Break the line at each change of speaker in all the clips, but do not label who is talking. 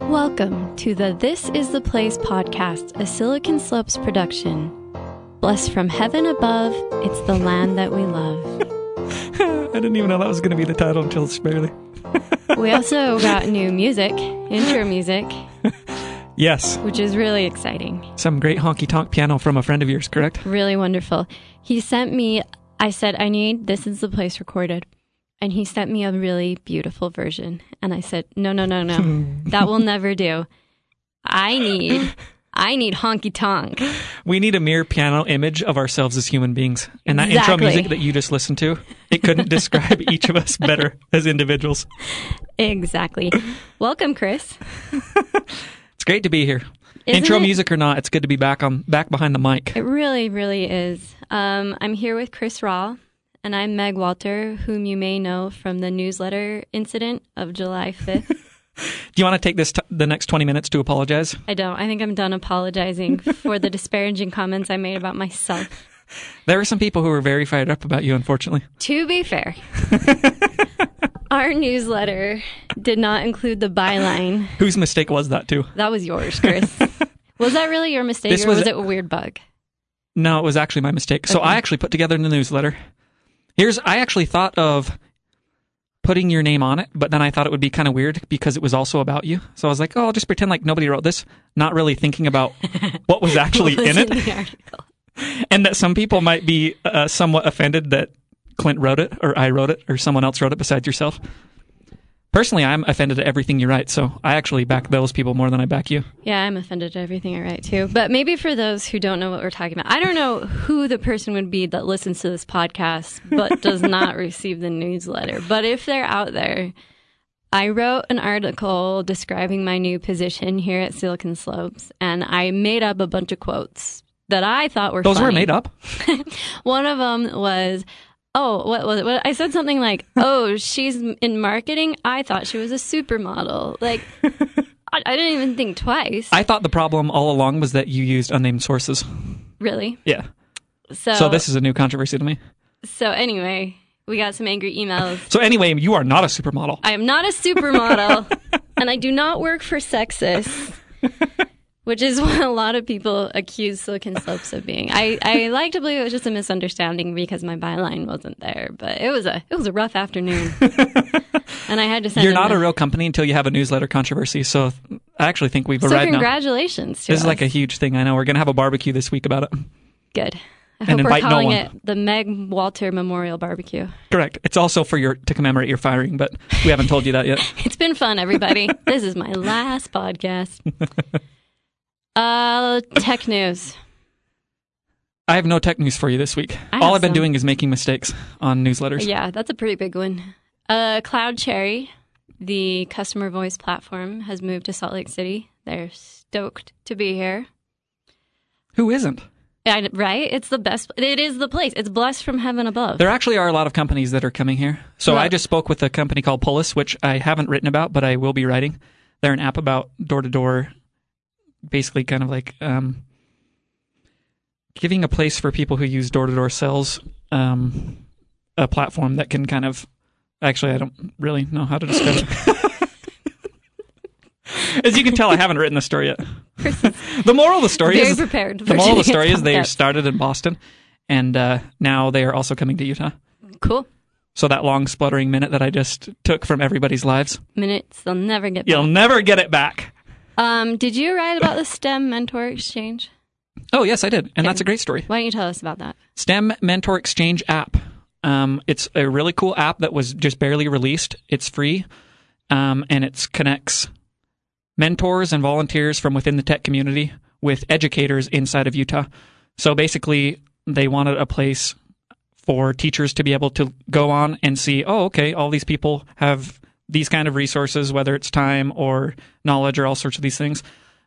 Welcome to the This is the Place podcast, a Silicon Slopes production. Blessed from heaven above, it's the land that we love.
I didn't even know that was going to be the title until just barely.
We also got new music, intro music,
Yes,
which is really exciting.
some great honky tonk piano from a friend of yours, correct?
Really wonderful. He sent me, I said, I need This is the Place recorded. And he sent me a really beautiful version. And I said, no, no, no, no. that will never do. I need, I need honky tonk.
We need a mere piano image of ourselves as human beings. And that intro
Exactly.
music that you just listened to, it couldn't describe each of us better as individuals.
Exactly. Welcome, Chris.
It's great to be here.
Isn't
intro
it-
music or not, it's good to be back on back behind the mic.
It really, really is. Um, I'm here with Chris Raw, and I'm Meg Walter, whom you may know from the newsletter incident of July 5th.
Do you want to take this t- the next 20 minutes to apologize?
I don't. I think I'm done apologizing for the disparaging comments I made about myself.
There were some people who were very fired up about you, unfortunately.
To be fair, our newsletter did not include the byline.
Whose mistake was that, too?
That was yours, Chris. Was that really your mistake,
This
or
was-
was it a weird bug?
No, it was actually my mistake. So I actually put together the newsletter. Here's I actually thought of putting your name on it, but then I thought it would be kind of weird because it was also about you. So I was like, oh, I'll just pretend like nobody wrote this, not really thinking about what was actually
What was
in it,
the article?
and that some people might be uh, somewhat offended that Clint wrote it or I wrote it or someone else wrote it besides yourself. Personally, I'm offended at everything you write, so I actually back those people more than I back you.
Yeah, I'm offended at everything I write too. But maybe for those who don't know what we're talking about, I don't know who the person would be that listens to this podcast but does not receive the newsletter. But if they're out there, I wrote an article describing my new position here at Silicon Slopes, and I made up a bunch of quotes that I thought were
Those were
funny.
made up.
One of them was, "Oh, what was it? What, I said something like, "Oh, she's in marketing. I thought she was a supermodel." Like, I, I didn't even think twice.
I thought the problem all along was that you used unnamed sources.
really.
Yeah.
So,
So this is a new controversy to me.
so anyway, we got some angry emails.
So anyway, you are not a supermodel.
I am not a supermodel, and I do not work for Sexist. Which is what a lot of people accuse Silicon Slopes of being. I, I like to believe it was just a misunderstanding because my byline wasn't there, but it was a it was a rough afternoon, and I had to send.
You're
in
not
a-
a real company until you have a newsletter controversy. So th- I actually think we've
So
arrived now.
congratulations! To
This is
us.
like a huge thing. I know we're gonna have a barbecue this week about it.
good. I hope we're
invite no
calling
one.
it the Meg Walter Memorial Barbecue.
Correct. It's also for your to commemorate your firing, but we haven't told you that yet.
It's been fun, everybody. this is my last podcast. Uh, tech news.
I have no tech news for you this week.
I
All
have
I've been
some.
doing is making mistakes on newsletters.
Yeah, that's a pretty big one. Uh, Cloud Cherry, the customer voice platform, has moved to Salt Lake City. They're stoked to be here.
Who isn't?
And, right? It's the best. It is the place. It's blessed from heaven above.
There actually are a lot of companies that are coming here. So
Right.
I just spoke with a company called Polis, which I haven't written about, but I will be writing. They're an app about door to door, basically kind of like um, giving a place for people who use door to door sales, um, a platform that can kind of. Actually, I don't really know how to describe it. As you can tell, I haven't written the story yet. the moral of the story
Very
is
prepared.
the
for
moral of the
today's
story is they
podcast.
started in Boston, and uh, now they are also coming to Utah.
cool.
So that long spluttering minute that I just took from everybody's lives,
Minutes they'll never get
you'll
back.
never get it back.
Um, did you write about the STEM mentor exchange?
Oh yes, I did, and that's a great story.
Why don't you tell us about that?
STEM Mentor Exchange app. Um, it's a really cool app that was just barely released. It's free, um, and it connects mentors and volunteers from within the tech community with educators inside of Utah. So basically, they wanted a place for teachers to be able to go on and see, oh, okay, all these people have these kind of resources, whether it's time or knowledge or all sorts of these things.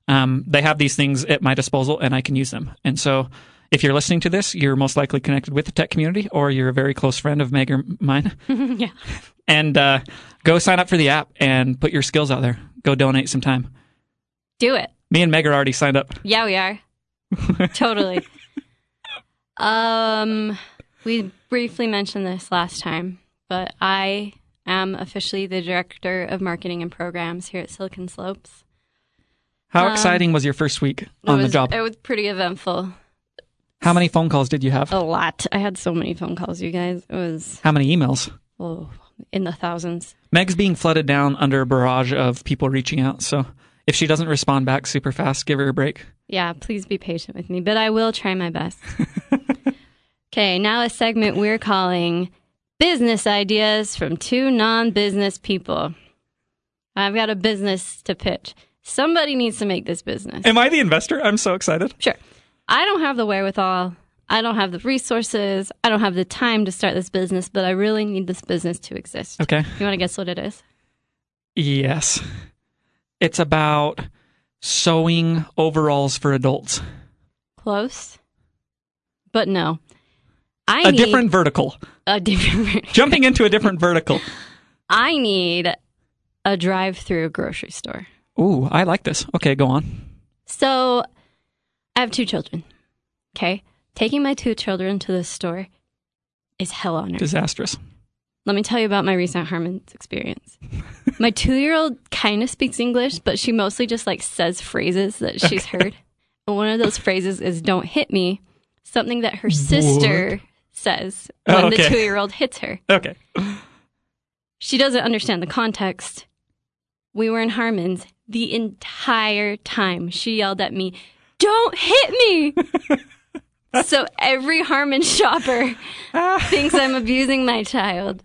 Um, they have these things at my disposal and I can use them. And so if you're listening to this, you're most likely connected with the tech community or you're a very close friend of Meg or mine.
yeah.
And uh, go sign up for the app and put your skills out there. Go donate some time.
Do it.
Me and Meg are already signed up.
Yeah, we are. totally. Um, we briefly mentioned this last time, but I am officially the director of marketing and programs here at Silicon Slopes.
How exciting was your first week on
Um, it was,
the job?
It was pretty eventful.
How many phone calls did you have?
A lot. I had so many phone calls, you guys. It was
How many emails?
oh, in the thousands.
Meg's being flooded down under a barrage of people reaching out. So if she doesn't respond back super fast, give her a break.
Yeah, please be patient with me, but I will try my best. okay, now a segment we're calling Business Ideas from Two Non Business People. I've got a business to pitch. Somebody needs to make this business.
Am I the investor? I'm so excited.
Sure. I don't have the wherewithal. I don't have the resources. I don't have the time to start this business, but I really need this business to exist.
Okay.
You want to guess what it is?
Yes. It's about sewing overalls for adults.
Close, but no. I
a
need
different vertical.
a different.
Jumping into a different vertical.
I need a drive-through grocery store.
Ooh, I like this. Okay, go on.
So I have two children. Okay, taking my two children to the store is hell on earth.
Disastrous.
Let me tell you about my recent Harmon's experience. My two year old kind of speaks English, but she mostly just like says phrases that she's heard. And one of those phrases is don't hit me, something that her sister says
Oh,
when the
okay.
two year old hits her.
Okay.
She doesn't understand the context. We were in Harmon's the entire time. She yelled at me, Don't hit me! so every Harmon shopper thinks I'm abusing my child.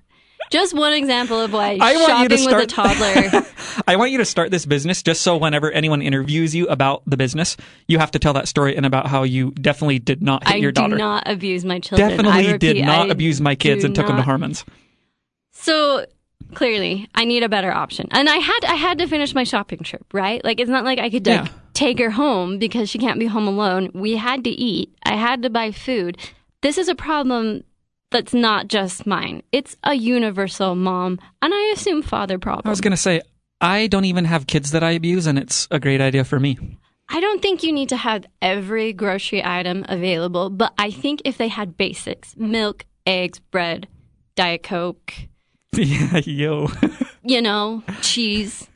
Just one example of why
I want
shopping
you to
with a toddler.
I want you to start this business just so whenever anyone interviews you about the business, you have to tell that story and about how you definitely did not hit
I
your daughter.
do not abuse my children.
definitely
I repeat,
did not
I
abuse my kids
do
and took them to
not-
Harmon's.
So clearly, I need a better option, and I had I had to finish my shopping trip, right? Like it's not like I could like,
Yeah.
take her home because she can't be home alone. We had to eat. I had to buy food. This is a problem that's not just mine. It's a universal mom and I assume father
I
problem.
was going to say, I don't even have kids that I abuse, and it's a great idea for me.
I don't think you need to have every grocery item available, but I think if they had basics, milk, eggs, bread, diet coke,
yeah, yo.
you know, cheese,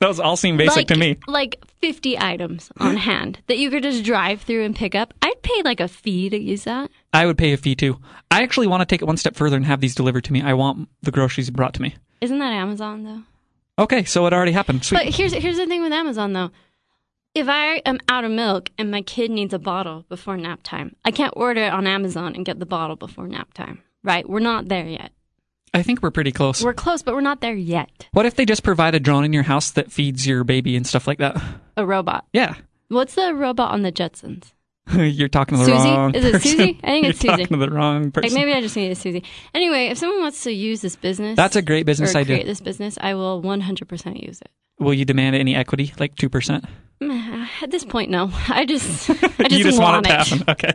Those all seem basic
like,
to me.
Like 50 items on hand that you could just drive through and pick up. I'd pay like a fee to use that.
I would pay a fee too. I actually want to take it one step further and have these delivered to me. I want the groceries brought to me.
Isn't that Amazon though?
Okay, so it already happened. Sweet.
But here's here's the thing with Amazon though. If I am out of milk and my kid needs a bottle before nap time, I can't order it on Amazon and get the bottle before nap time. Right? We're not there yet.
I think we're pretty close.
We're close, but we're not there yet.
what if they just provide a drone in your house that feeds your baby and stuff like that?
A robot.
Yeah.
What's the robot on the Jetsons?
You're talking to the
Susie?
wrong
Is it
person.
Susie? I think it's
You're
Susie.
talking to the wrong person.
Like maybe I just need a Susie. Anyway, if someone wants to use this business,
That's a great
or
business idea.
create this business, I will 100% use it.
Will you demand any equity, like two percent?
At this point, no. I just, I just,
You just
want,
it to happen. Okay.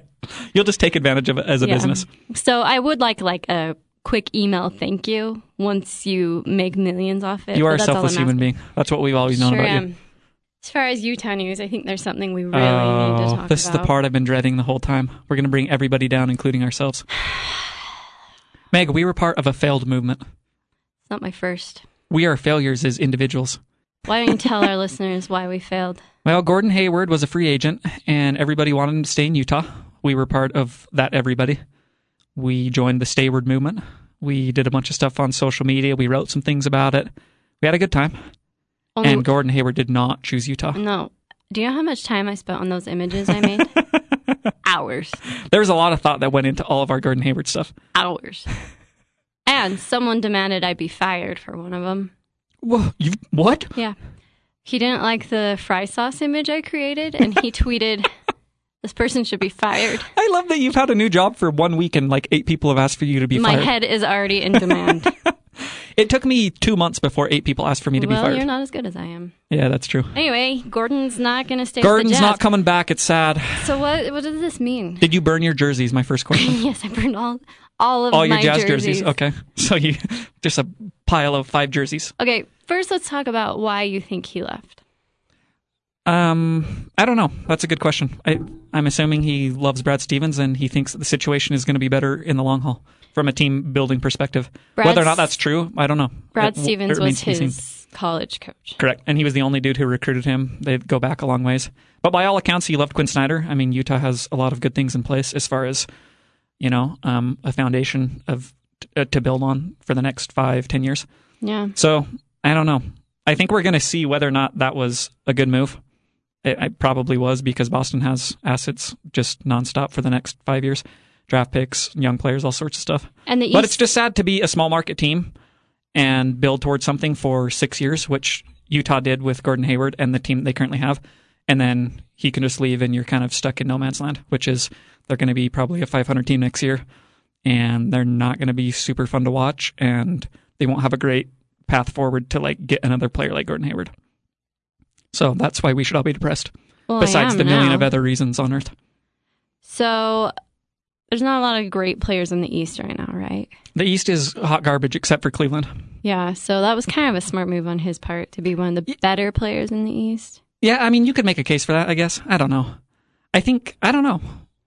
You'll just take advantage of it as a
Yeah.
business.
So I would like like a quick email thank you once you make millions off it.
You
but
are a
that's all
selfless
I'm
human
asking.
being. That's what we've always known
Sure
about you.
am. As far as Utah news, I think there's something we really need to
oh,
talk
this is
about.
the part I've been dreading the whole time. We're going to bring everybody down, including ourselves. Meg, we were part of a failed movement.
It's not my first.
We are failures as individuals.
Why don't you tell our listeners why we failed?
Well, Gordon Hayward was a free agent, and everybody wanted him to stay in Utah. We were part of that, everybody. We joined the Stayward movement. We did a bunch of stuff on social media. We wrote some things about it. We had a good time.
Only,
And Gordon Hayward did not choose Utah.
no. Do you know how much time I spent on those images I made? Hours.
There was a lot of thought that went into all of our Gordon Hayward stuff.
Hours. And someone demanded I be fired for one of them.
Whoa, you what?
Yeah. He didn't like the fry sauce image I created, and he tweeted, This person should be fired.
I love that you've had a new job for one week and like eight people have asked for you to be
My
fired.
head is already in demand.
It took me two months before eight people asked for me to
well,
be
you're
fired.
not as good as I am.
Yeah, that's true.
Anyway, Gordon's not going to stay with
Gordon's
the Jets.
not coming back. It's sad.
so, what, what does this mean?
Did you burn your jerseys? My first question.
yes, I burned all, all of
All
my
your jazz
jerseys.
Okay, so you just a pile of five jerseys.
Okay, first let's talk about why you think he left.
Um, I don't know. That's a good question. I I'm assuming he loves Brad Stevens and he thinks that the situation is going to be better in the long haul from a team building perspective.
Brad
Whether or not
S-
that's true, I don't know.
Brad
It- it
Stevens was
remains to be seen.
his college coach.
Correct. And he was the only dude who recruited him. They go back a long ways. But by all accounts, he loved Quinn Snyder. I mean, Utah has a lot of good things in place as far as, you know, um, a foundation of uh, to build on for the next five, ten years.
Yeah.
So I don't know. I think we're going to see whether or not that was a good move. It, it probably was because Boston has assets just nonstop for the next five years, draft picks, young players, all sorts of stuff.
And the East,
But it's just sad to be a small market team and build towards something for six years, which Utah did with Gordon Hayward and the team they currently have. And then he can just leave and you're kind of stuck in no man's land, which is they're going to be probably a 500 team next year. And they're not going to be super fun to watch. And they won't have a great path forward to like get another player like Gordon Hayward. So that's why we should all be depressed.
well, Oh, I
besides
am
the million
now.
of other reasons on earth.
So there's not a lot of great players in the East right now, right?
The East is hot garbage except for Cleveland.
Yeah. So that was kind of a smart move on his part to be one of the better players in the East.
Yeah, I mean, you could make a case for that, I guess. I don't know. I think I don't know.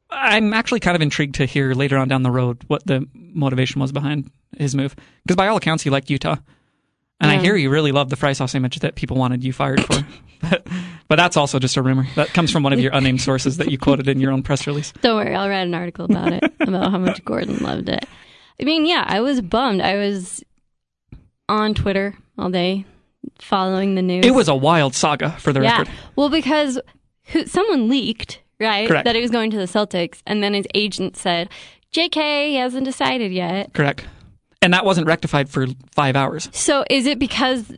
I'm actually kind of intrigued to hear later on down the road what the motivation was behind his move, because by all accounts, he liked Utah, and I
Yeah.
hear he really loved the fry sauce image that people wanted you fired for. but, but that's also just a rumor that comes from one of your unnamed sources that you quoted in your own press release.
Don't worry, I'll write an article about it about how much Gordon loved it. I mean, yeah, I was bummed. I was on Twitter all day following the news.
It was a wild saga for the
yeah.
record.
Well, because who, someone leaked, right,
Correct.
that he was going to the Celtics, and then his agent said, "JK he hasn't decided yet."
Correct, and that wasn't rectified for five hours.
So is it because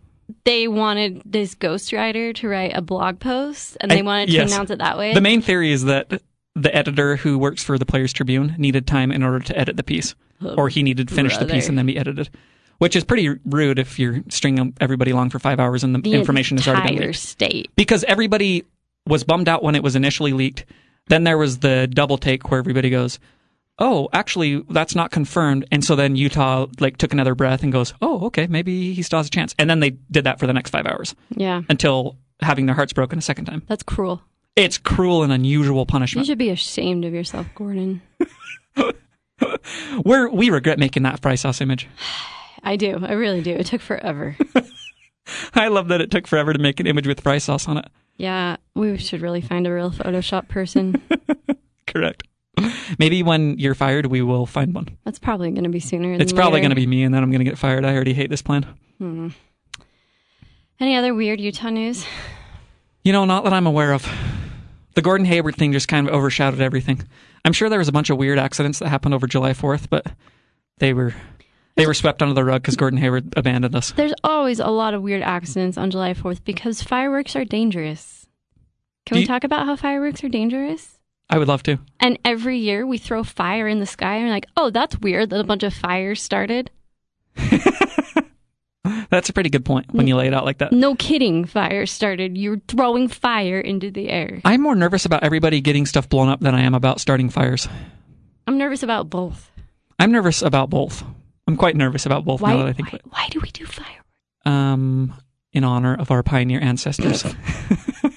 they wanted this ghostwriter to write a blog post and
I-
they wanted to
yes.
announce it that way?
The main theory is that the editor who works for the Players Tribune needed time in order to edit the piece, or he needed to finish the piece
brother.
and then be edited, which is pretty rude if you're stringing everybody along for five hours and the,
the
information has
entire
already been leaked.
state.
Because everybody was bummed out when it was initially leaked. Then there was the double take where everybody goes, "Oh, actually, that's not confirmed." And so then Utah like took another breath and goes, "Oh, okay, maybe he still has a chance." And then they did that for the next five hours
Yeah,
until having their hearts broken a second time.
that's cruel.
It's cruel and unusual punishment.
You should be ashamed of yourself, Gordon.
We're, we regret making that fry sauce image.
I do. I really do. It took forever.
I love that it took forever to make an image with fry sauce on it.
yeah, we should really find a real Photoshop person.
Correct. Maybe when you're fired, we will find one.
That's probably going to be sooner. Than
It's probably
later.
going to be me, and then I'm going to get fired. I already hate this plan.
Any other weird Utah news?
You know, not that I'm aware of. The Gordon Hayward thing just kind of overshadowed everything. I'm sure there was a bunch of weird accidents that happened over July 4th, but they were they were swept under the rug because Gordon Hayward abandoned us.
There's always a lot of weird accidents on July 4th because fireworks are dangerous. Can
Do
we
you-
talk about how fireworks are dangerous?
I would love to.
And every year we throw fire in the sky and we're like, oh, that's weird that a bunch of fires started.
That's a pretty good point when you lay it out like that.
No kidding, fires started. You're throwing fire into the air.
I'm more nervous about everybody getting stuff blown up than I am about starting fires.
I'm nervous about both.
I'm nervous about both. I'm quite nervous about both
Why,
now that I think
why,
of
why do we do fireworks?
it. Um, in honor of our pioneer ancestors.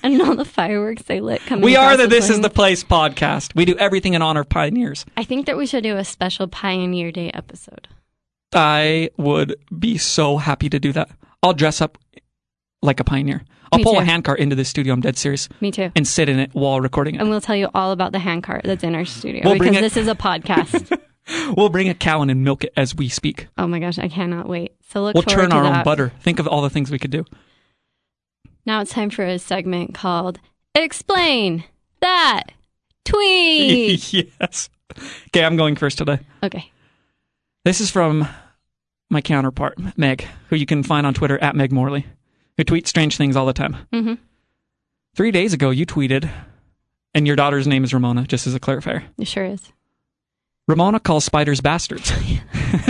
And all the fireworks they lit coming
we are
across
the
the
This Is
plane.
the Place podcast. We do everything in honor of pioneers.
I think that we should do a special Pioneer Day episode.
I would be so happy to do that. I'll dress up like a pioneer. I'll
Me
pull a
too.
handcart into the studio. I'm dead serious
Me too.
and sit in it while recording it.
And we'll tell you all about the hand cart that's in our studio
We'll bring
because
it-
this is a podcast.
We'll bring a cow in and milk it as we speak.
oh my gosh, I cannot wait. So look
We'll
forward
churn
to
our
that.
own butter. Think of all the things we could do.
Now it's time for a segment called Explain That Tweet.
yes. Okay, I'm going first today.
okay.
This is from my counterpart, Meg, who you can find on Twitter at Meg Morley, who tweets strange things all the time.
hmm
Three days ago, you tweeted, and your daughter's name is Ramona, just as a clarifier.
It sure is.
Ramona calls spiders bastards.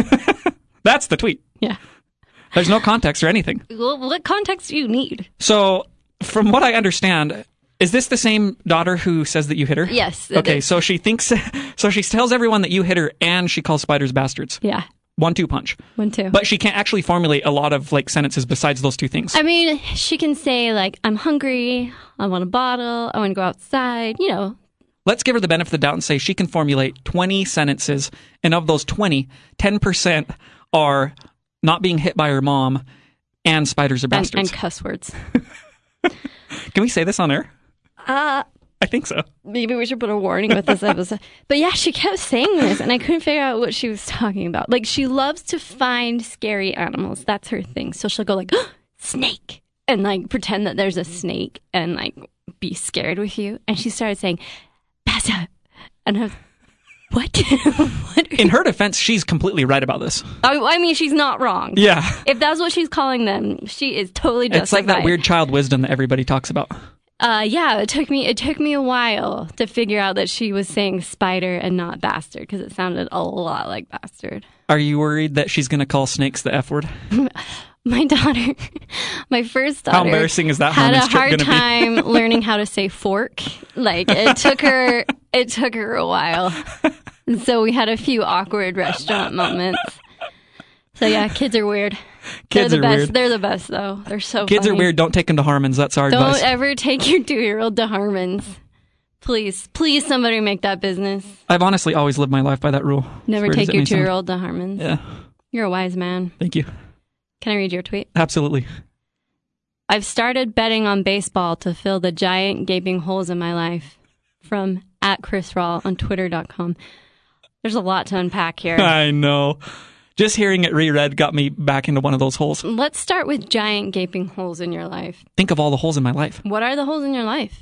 That's the tweet.
Yeah.
There's no context or anything.
Well, what context do you need?
So, from what I understand, is this the same daughter who says that you hit her?
Yes. it
Okay,
is.
so she thinks, so she tells everyone that you hit her, and she calls spiders bastards.
Yeah.
One two punch.
One, two.
But she can't actually formulate a lot of like sentences besides those two things.
I mean, she can say, like, I'm hungry. I want a bottle. I want to go outside. You know,
Let's give her the benefit of the doubt and say she can formulate 20 sentences. And of those 20, 10% are not being hit by her mom and spiders are
and,
bastards.
and cuss words.
Can we say this on air?
Uh,
I think so.
maybe we should put a warning with this episode. But yeah, she kept saying this, and I couldn't figure out what she was talking about. Like, she loves to find scary animals. That's her thing. So she'll go like, snake, and like pretend that there's a snake and like be scared with you. And she started saying, Baza. And I was, what? what? are-
In her defense, she's completely right about this.
I, I mean, she's not wrong.
Yeah.
If that's what she's calling them, she is totally justified.
It's like that weird child wisdom that everybody talks about.
Uh, yeah, it took me it took me a while to figure out that she was saying spider and not bastard because it sounded a lot like bastard.
Are you worried that she's going to call snakes the F word?
My daughter, my first daughter,
How embarrassing is that
had a
homage trip
hard
going to be?
time learning how to say fork. Like it took her it took her a while. And so we had a few awkward restaurant moments. So yeah, kids are weird.
Kids
They're the
are
best.
weird.
They're the best though. They're so
Kids are
funny.
weird. Don't take them to Harmon's. That's our
Don't
advice.
ever take your two year old to Harmon's. Please, please, somebody make that business.
I've honestly always lived my life by that rule. As
Never
weird as
take
it
your
may
two
sound.
year old to Harmon's.
Yeah.
You're a wise man.
Thank you.
Can I read your tweet?
Absolutely.
I've started betting on baseball to fill the giant gaping holes in my life. From at Chris Rawl on Twitter.com. There's a lot to unpack here.
I know. Just hearing it reread got me back into one of those holes.
Let's start with giant gaping holes in your life.
Think of all the holes in my life.
What are the holes in your life?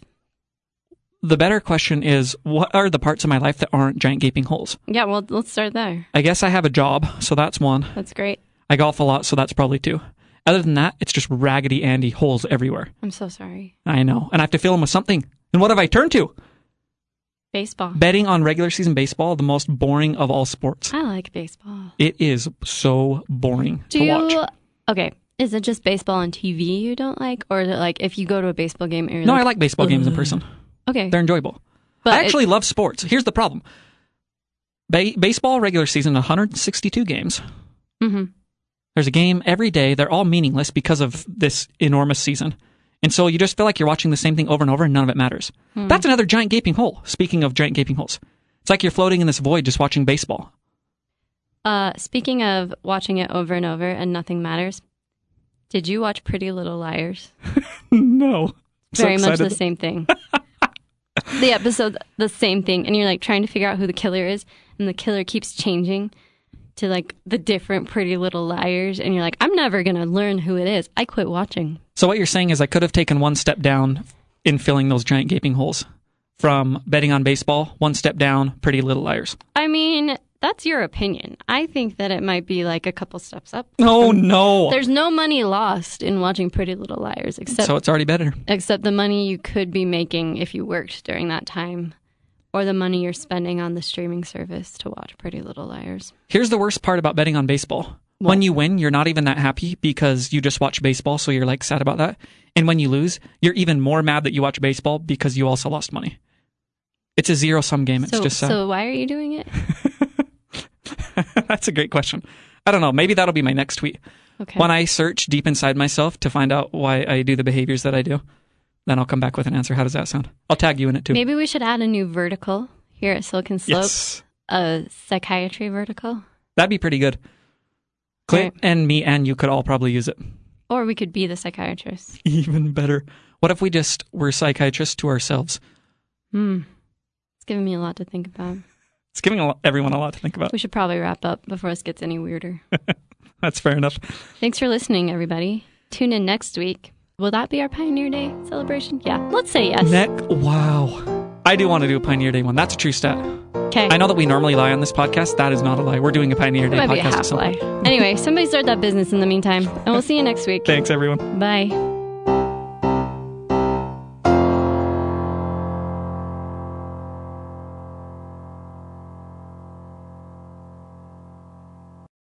The better question is what are the parts of my life that aren't giant gaping holes?
Yeah, well, let's start there.
I guess I have a job, so that's one.
That's great.
I golf a lot, so that's probably two. Other than that, it's just raggedy Andy holes everywhere.
I'm so sorry.
I know. And I have to fill them with something. And what have I turned to?
Baseball.
Betting on regular season baseball, the most boring of all sports.
I like baseball.
It is so boring
Do
to
you
watch.
okay? Is it just baseball and TV you don't like, or is it like if you go to a baseball game? You're
No, I like baseball games in person.
okay,
They're enjoyable.
but
I actually love sports. Here's the problem. Ba- baseball regular season 162 games.
Mhm.
There's a game every day. They're all meaningless because of this enormous season. And so you just feel like you're watching the same thing over and over and none of it matters.
Hmm.
That's another giant gaping hole. Speaking of giant gaping holes. It's like you're floating in this void just watching baseball.
uh, speaking of watching it over and over and nothing matters, did you watch Pretty Little Liars?
No.
Very much the same thing. the episode, the same thing, and you're like trying to figure out who the killer is, and the killer keeps changing to like the different Pretty Little Liars, and you're like, I'm never gonna learn who it is. I quit watching.
So what you're saying is I could have taken one step down in filling those giant gaping holes from betting on baseball, one step down, pretty little liars.
I mean, that's your opinion. I think that it might be like a couple steps up.
Oh no.
There's no money lost in watching Pretty Little Liars, except
so it's already better.
except the money you could be making if you worked during that time, or the money you're spending on the streaming service to watch Pretty Little Liars.
Here's the worst part about betting on baseball. When you win, you're not even that happy because you just watch baseball, so you're like sad about that. And when you lose, you're even more mad that you watch baseball because you also lost money. It's a zero sum game. It's
so,
just uh, sad.
so why are you doing it?
That's a great question. I don't know. Maybe that'll be my next tweet.
Okay.
When I search deep inside myself to find out why I do the behaviors that I do, then I'll come back with an answer. How does that sound? I'll tag you in it too.
Maybe we should add a new vertical here at Silicon Slope,
yes.
a psychiatry vertical,
That'd be pretty good. Clay
Right.
and me and you could all probably use it.
or we could be the psychiatrist.
Even better. What if we just were psychiatrists to ourselves?
Hmm. It's giving me a lot to think about.
It's giving a lo- everyone a lot to think about.
We should probably wrap up before this gets any weirder.
That's fair enough.
Thanks for listening, everybody. Tune in next week. Will that be our Pioneer Day celebration? Yeah, let's say yes.
Neck. Wow. I do want to do a Pioneer Day one. That's a true stat.
Okay.
I know that we normally lie on this podcast. That is not a lie. We're doing a Pioneer
It
Day
might be a
podcast. at
half
some
lie.
point.
Anyway, somebody start that business in the meantime, and we'll see you next week.
Thanks, everyone.
Bye.